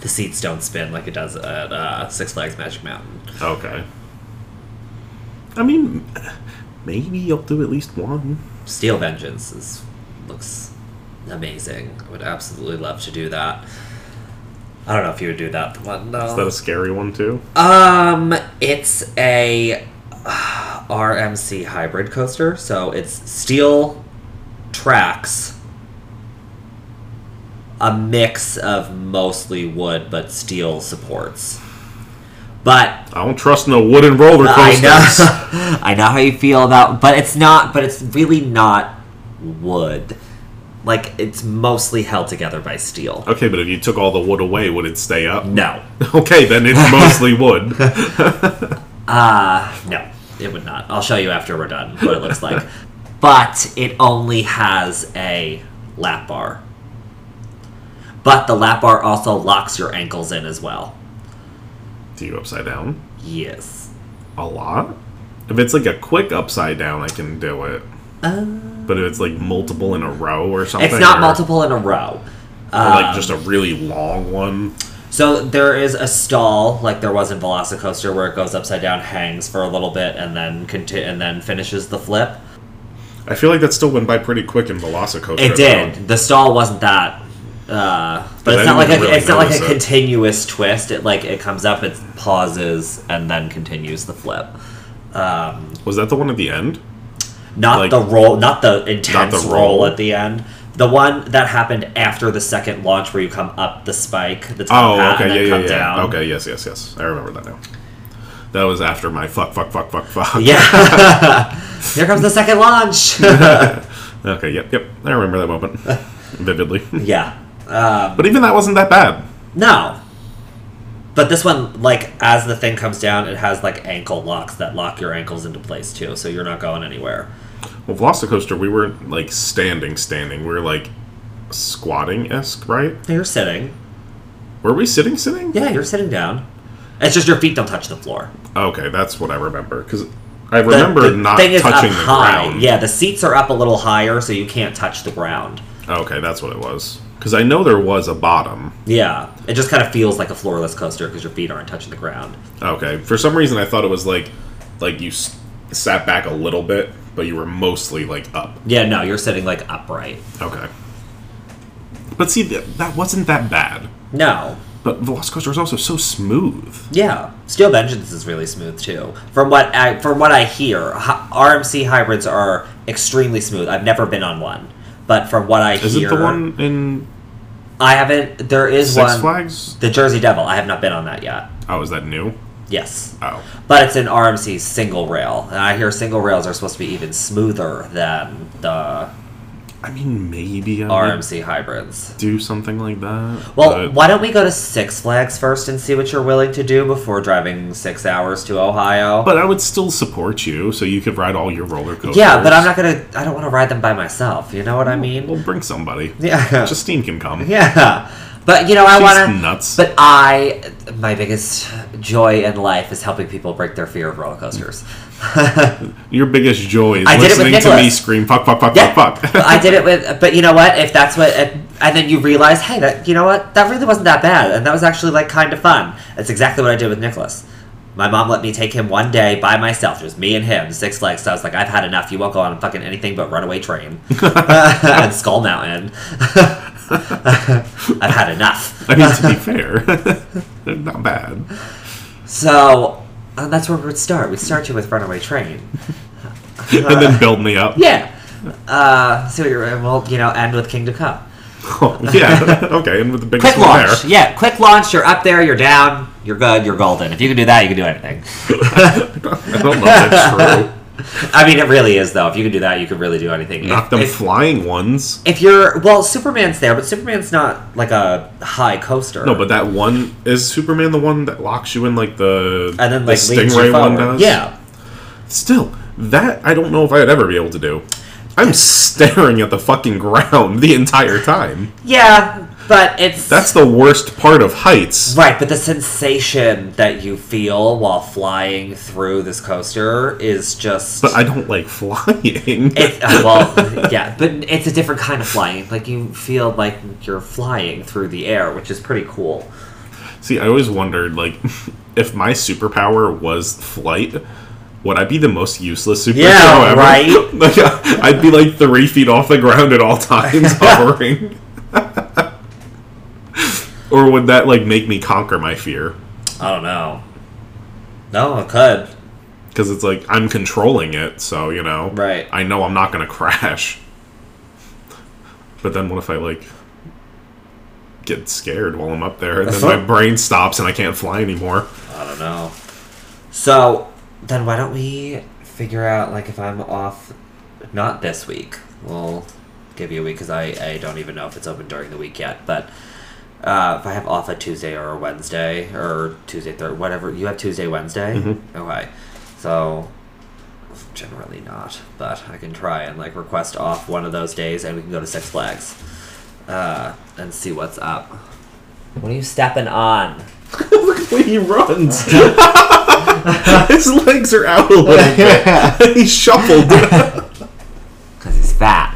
the seats don't spin like it does at uh, Six Flags Magic Mountain. okay. I mean, maybe you'll do at least one. Steel Vengeance is, looks amazing. I would absolutely love to do that. I don't know if you would do that one Is that though. a scary one too? Um, it's a uh, RMC hybrid coaster, so it's steel tracks, a mix of mostly wood but steel supports. But I don't trust no wooden roller I coasters. (laughs) (laughs) know, I know how you feel about, but it's not. But it's really not wood. Like it's mostly held together by steel. Okay, but if you took all the wood away, would it stay up? (laughs) No, Okay, then it's mostly wood. (laughs) uh, no, it would not. I'll show you after we're done what it looks like. (laughs) but it only has a lap bar. But the lap bar also locks your ankles in as well. Do you upside down? Yes. A lot? If it's like a quick upside down, I can do it. Uh, But if it's like multiple in a row or something, it's not or, multiple Um. in a row. or like just a really long one. So there is a stall, like there was in Velocicoaster, where it goes upside down, hangs for a little bit, and then conti- and then finishes the flip. I feel like that still went by pretty quick in Velocicoaster. It did. The stall wasn't that, uh, but I it's not like a, didn't really it's not like a notice it. continuous twist. It like it comes up, it pauses, and then continues the flip. Um, though. Was that the one at the end? not Like- the roll, not the intense roll. roll. at the end. The one that happened after the second launch, where you come up the spike that's Oh, pat, and okay, then yeah, come yeah, yeah. down. Okay, yes, yes, yes. I remember that now. That was after my fuck, fuck, fuck, fuck, fuck. Yeah. (laughs) Here comes the second launch. (laughs) Okay, yep, yep. I remember that moment vividly. yeah. Um, but even that wasn't that bad. no. But this one, like, as the thing comes down, it has, like, ankle locks that lock your ankles into place, too, so you're not going anywhere. Well, Velocicoaster, we weren't like standing, standing. We were like squatting esque, right? No, You're sitting. Were we sitting, sitting? Yeah, you're sitting down. It's just your feet don't touch the floor. Okay, that's what I remember because I The- remember the not thing is up touching the high. ground. Yeah, the seats are up a little higher, so you can't touch the ground. Okay, that's what it was. Because I know there was a bottom. Yeah, it just kind of feels like a floorless coaster because your feet aren't touching the ground. Okay. For some reason, I thought it was like, like you s- sat back a little bit, but you were mostly like up. Yeah, no, you're sitting like upright. Okay. But see, th- that wasn't that bad. No. But Velocicoaster was also so smooth. Yeah, Steel Vengeance is really smooth too. From what I, from what I hear, hi- RMC hybrids are extremely smooth. I've never been on one, but from what I Is hear, it the one in I haven't. There is Six one. Flags? The Jersey Devil. I have not been on that yet. Oh, is that new? Yes. Oh. But it's an RMC single rail, and I hear single rails are supposed to be even smoother than the I mean, maybe I would RMC hybrids. do something like that. Well, but- why don't we go to Six Flags first and see what you're willing to do before driving six hours to Ohio? But I would still support you, so you could ride all your roller coasters. yeah, but I'm not gonna. I don't want to ride them by myself. You know what I mean? Well, bring somebody. (laughs) Yeah, Justine can come. yeah. But you know, I She's want to. nuts. But I, my biggest joy in life is helping people break their fear of roller coasters. (laughs) Your biggest joy is I did it with listening to me Nicholas. scream "fuck, fuck, fuck, Yeah, fuck, (laughs) but fuck." I did it with. But you know what? If that's what, and then you realize, hey, that you know what? That really wasn't that bad, and that was actually like kind of fun. That's exactly what I did with Nicholas. My mom let me take him one day by myself, just me and him, Six Flags. So I was like, I've had enough. You won't go on fucking anything but Runaway Train (laughs) and Skull Mountain. (laughs) I've had enough. I mean, to be fair, (laughs) they're not bad. So uh, that's where we'd start. We'd start you with Runaway Train. and then build me up. Yeah. Uh, so we're- we'll, you know, end with Kingdom Come. Oh, (laughs) yeah. okay, and with the biggest Quick one launch. Yeah, quick launch. You're up there, you're down, you're good, you're golden. If you can do that, you can do anything. there. (laughs) I don't know if (laughs) that's true. I mean, it really is, though. If you can do that, you can really do anything. Knock If, them if, flying ones. if you're. Well, Superman's there, but Superman's not like a high coaster. No, but that one is Superman the one that locks you in like the And then, the like, leads you forward. Yeah. Still, that I don't know if I'd ever be able to do. I'm staring at the fucking ground the entire time. Yeah, but it's. That's the worst part of heights. Right, but the sensation that you feel while flying through this coaster is just. But I don't like (laughs) flying. It, uh, well, yeah, but it's a different kind of flying. Like you feel like you're flying through the air, which is pretty cool. See, I always wondered like (laughs) if my superpower was flight, would I be the most useless superhero Yeah, ever? (laughs) right? like, I'd be like three feet off the ground at all (laughs) times, hovering. (laughs) or would that like make me conquer my fear? I don't know. No, it could. Because it's like I'm controlling it, so you know, Right. I know I'm not gonna crash. But then what if I like get scared while I'm up there, and then my brain stops and I can't fly anymore? I don't know. So then, why don't we figure out like if I'm off? Not this week. We'll give you a week because I I don't even know if it's open during the week yet. But uh, if I have off a Tuesday or a Wednesday or Tuesday third whatever you have Tuesday Wednesday. Okay, so generally not, but I can try and like request off one of those days, and we can go to Six Flags uh, and see what's up. What are you stepping on? (laughs) Look at the way he runs. (laughs) His legs are out a little (laughs) bit. he shuffled. I Because he's fat.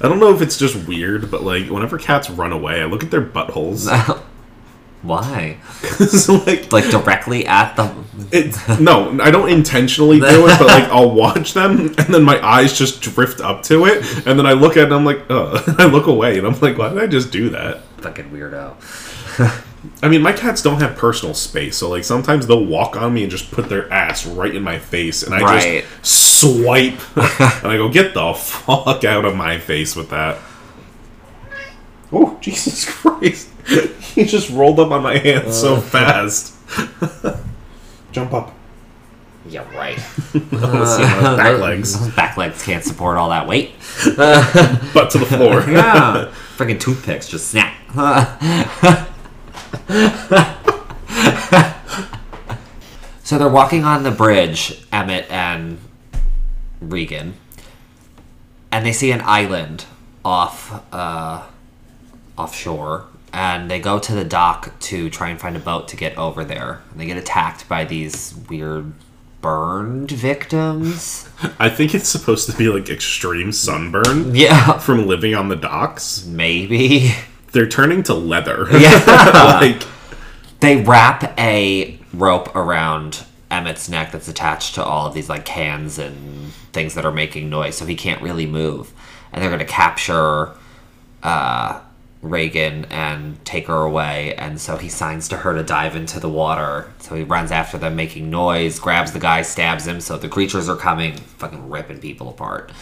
don't know if it's just weird, but like whenever cats run away, I look at their buttholes. (laughs) Why? it's like, Like directly at the. it's no, I don't intentionally do it, but like I'll watch them, and then my eyes just drift up to it, and then I look at it, and I'm like, oh, (laughs) I look away, and I'm like, why did I just do that? Fucking weirdo. I mean, my cats don't have personal space, so like sometimes they'll walk on me and just put their ass right in my face, and I Right. just swipe, and I go, "Get the fuck out of my face with that!" Oh (laughs) Jesus Christ! (laughs) he just rolled up on my hand so fast. (laughs) Jump up. (laughs) Yeah, (laughs) right. Let's see (laughs) my back legs, Those back legs can't support all that weight. butt to the floor. (laughs) Yeah. Freaking toothpicks just snap. (laughs) so they're walking on the bridge, Emmett and Regan, and they see an island off uh, offshore, and they go to the dock to try and find a boat to get over there. And they get attacked by these weird burned victims. I think it's supposed to be like extreme sunburn Yeah, from living on the docks. (laughs) maybe. They're turning to leather. (laughs) Yeah. (laughs) like They wrap a rope around Emmett's neck that's attached to all of these like cans and things that are making noise, so he can't really move. And they're gonna capture uh, Reagan and take her away. And so he signs to her to dive into the water. So he runs after them, making noise, grabs the guy, stabs him. So the creatures are coming, fucking ripping people apart,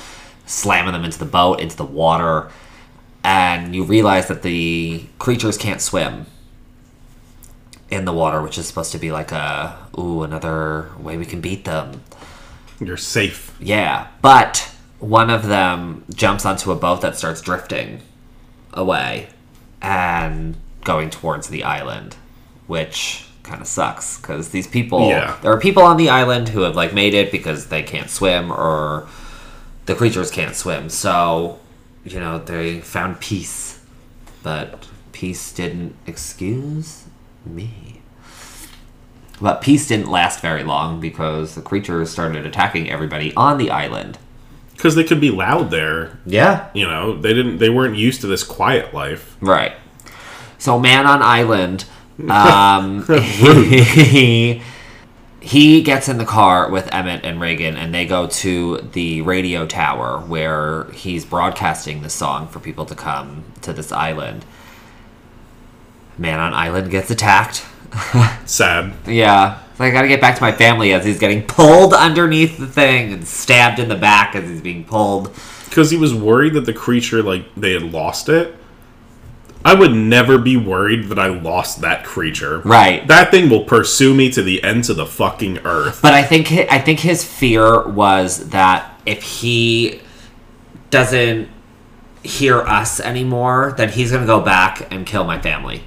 slamming them into the boat, into the water. And you realize that the creatures can't swim in the water, which is supposed to be like a ooh another way we can beat them. you're safe. Yeah, but one of them jumps onto a boat that starts drifting away and going towards the island, which kind of sucks because these people Yeah. there are people on the island who have like made it because they can't swim or the creatures can't swim. So, you know, they found peace, but peace didn't excuse me. But peace didn't last very long because the creatures started attacking everybody on the island. Because they could be loud there. Yeah. You know, they didn't. They weren't used to this quiet life. Right. So man on island, um, he, he gets in the car with Emmett and Reagan, and they go to the radio tower where he's broadcasting the song for people to come to this island. Man on island gets attacked. (laughs) Sad. Yeah. So I gotta get back to my family as he's getting pulled underneath the thing and stabbed in the back as he's being pulled. Because he was worried that the creature, like they had lost it. I would never be worried that I lost that creature. Right. That thing will pursue me to the ends of the fucking earth. But I think hi- I think his fear was that if he doesn't hear us anymore, then he's gonna go back and kill my family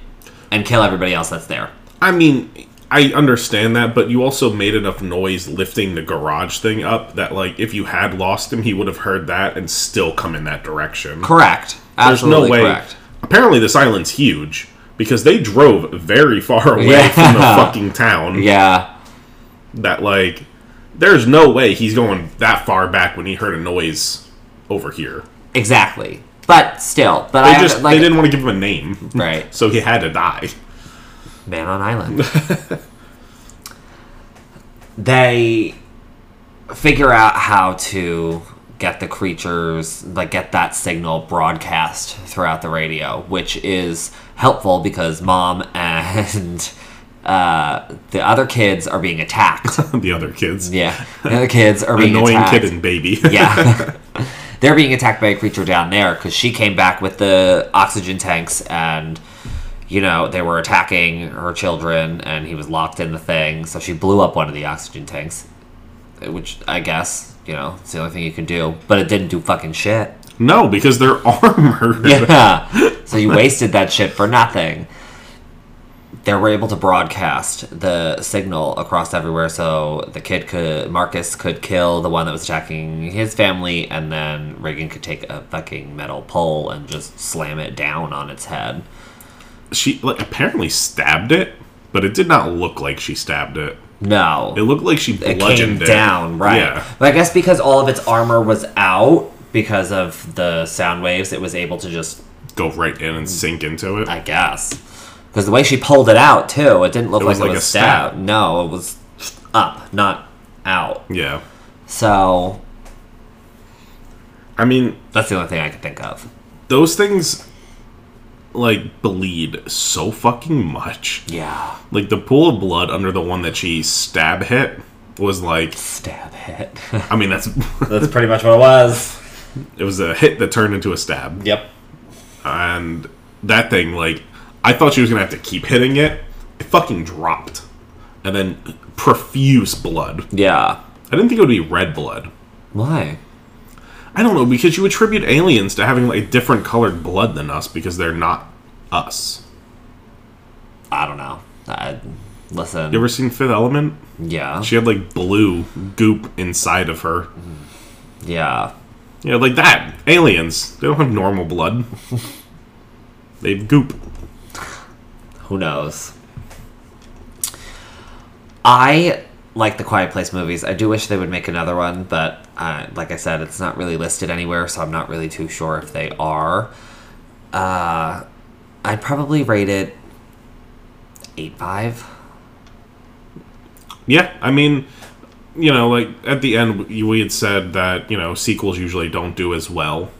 and kill everybody else that's there. I mean, I understand that, but you also made enough noise lifting the garage thing up that, like, if you had lost him, he would have heard that and still come in that direction. Correct. There's no Absolutely way. correct. Apparently, this island's huge because they drove very (laughs) far away Yeah. from the fucking town. Yeah. That, like, there's no way he's going that far back when he heard a noise over here. Exactly. But still, but They I just like they didn't want to give him a name, right. so he had to die. (laughs) Man on Island. they figure out how to get the creatures, like get that signal broadcast throughout the radio, which is helpful because mom and uh, the other kids are being attacked. the other kids, yeah, the other kids are being annoying attacked kid and baby. yeah. They're being attacked by a creature down there because she came back with the oxygen tanks and, you know, they were attacking her children and he was locked in the thing. So she blew up one of the oxygen tanks, which I guess, you know, it's the only thing you can do. But it didn't do fucking shit. (laughs) No, because they're (laughs) armored. Yeah. (laughs) So you wasted that shit for nothing. They were able to broadcast the signal across everywhere, so the kid could Marcus could kill the one that was attacking his family, and then Reagan could take a fucking metal pole and just slam it down on its head. She like apparently stabbed it, but it did not look like she stabbed it. No, It looked like she it bludgeoned came down, right? Yeah. But I guess because all of its armor was out because of the sound waves, it was able to just Go right in and sink into it. I guess. Because the way she pulled it out, too, it didn't look like was it like was a stab. stab. No, it was up, not out. yeah. So I mean, that's the only thing I can think of. those things like bleed so fucking much. Yeah. Like the pool of blood under the one that she stab hit was like Stab hit. (laughs) I mean that's (laughs) that's pretty much what it was. it was a hit that turned into a stab. Yep. and that thing like i thought she was gonna have to keep hitting it it fucking dropped and then profuse blood Yeah. i didn't think it would be red blood Why? i don't know because you attribute aliens to having like different colored blood than us because they're not us I don't know. I, listen. you ever seen fifth element yeah. she had like blue goop inside of her yeah. you know like that aliens they don't have normal blood (laughs) they've goop Who knows? I like the Quiet Place movies. I do wish they would make another one, but uh, like I said, it's not really listed anywhere, so I'm not really too sure if they are. Uh, I'd probably rate it eight five. Yeah, I mean, you know, like at the end, we we had said that you know sequels usually don't do as well.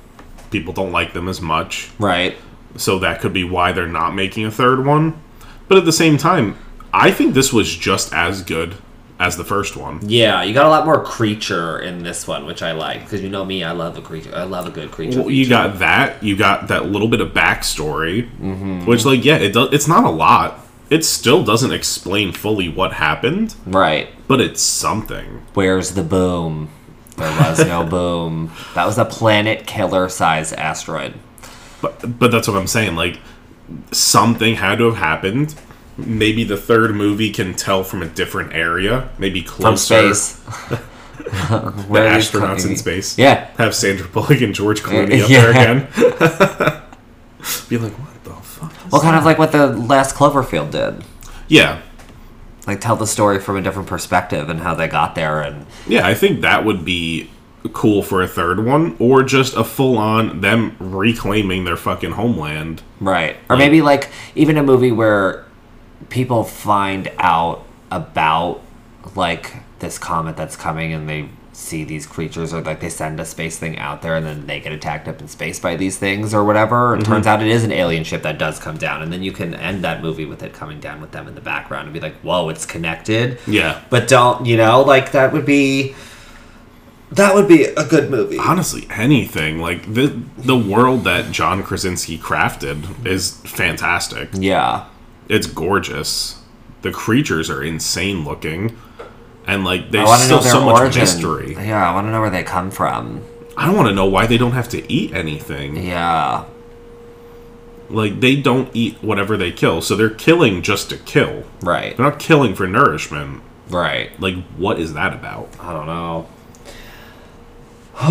People don't like them as much, Right. so that could be why they're not making a third one. But at the same time, I think this was just as good as the first one. Yeah, you got a lot more creature in this one, which I like because you know me, I love a creature. I love a good creature. Well, you got that. You got that little bit of backstory, Mm-hmm. which, like, yeah, it does. It's not a lot. It still doesn't explain fully what happened, right. but it's something. Where's the boom? There was (laughs) no boom. That was a planet killer sized asteroid. But but that's what I'm saying. Like something had to have happened. Maybe the third movie can tell from a different area, maybe From closer. (laughs) space. The Where are these astronauts coming- in space. Yeah. Have Sandra Bullock and George Clooney up Yeah. there again. (laughs) Be like, what the fuck? is Well, kind that?" of like what the last Cloverfield did. Yeah, Like, tell the story from a different perspective and how they got there. And yeah. I think that would be cool for a third one, or just a full on them reclaiming their fucking homeland. Right. Or maybe like even a movie where people find out about like this comet that's coming and they see these creatures or like they send a space thing out there and then they get attacked up in space by these things or whatever. Mm-hmm. It turns out it is an alien ship that does come down and then you can end that movie with it coming down with them in the background and be like, "Whoa, it's connected." Yeah. But don't, you know, like that would be that would be a good movie. honestly anything like the the world that John Krasinski crafted is fantastic. Yeah. It's gorgeous. The creatures are insane looking, and like I there's want to know still their so much origin. mystery. Yeah, I want to know where they come from. I want to know why they don't have to eat anything. Yeah. Like they don't eat whatever they kill, so they're killing just to kill. Right. They're not killing for nourishment. Right. Like what is that about? I don't know. (sighs)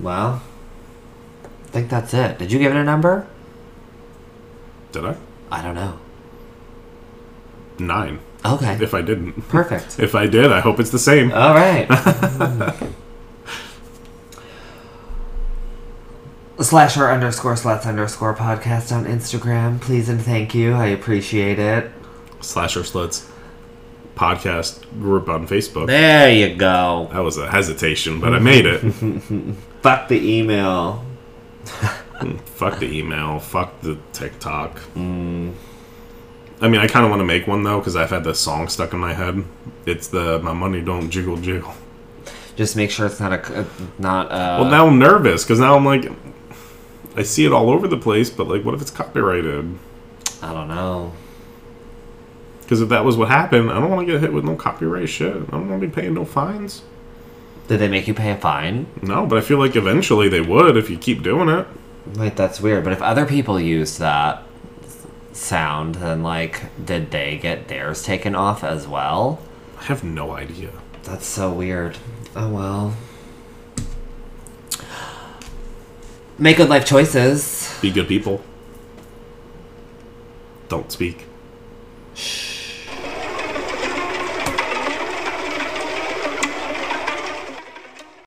well, I think that's it. Did you give it a number? Did I? I don't know. Nine. Okay. If I didn't. Perfect. If I did, I hope it's the same. All right. (laughs) Slasher underscore sluts underscore podcast on Instagram. Please and thank you. I appreciate it. Slasher Sluts podcast group on Facebook. There you go. That was a hesitation, but I made it. Fuck the email. fuck the email. Fuck the TikTok. Mm. I mean, I kind of want to make one though because I've had this song stuck in my head. It's the "My Money Don't Jiggle Jiggle." Just make sure it's not a not a. Well, now I'm nervous because now I'm like, I see it all over the place, but like, what if it's copyrighted? I don't know. Because if that was what happened, I don't want to get hit with no copyright shit. I don't want to be paying no fines. Did they make you pay a fine? No, but I feel like eventually they would if you keep doing it. Wait, that's weird. But if other people used that sound, then like, did they get theirs taken off as well? I have no idea. That's so weird. Oh well. Make good life choices. Be good people. Don't speak.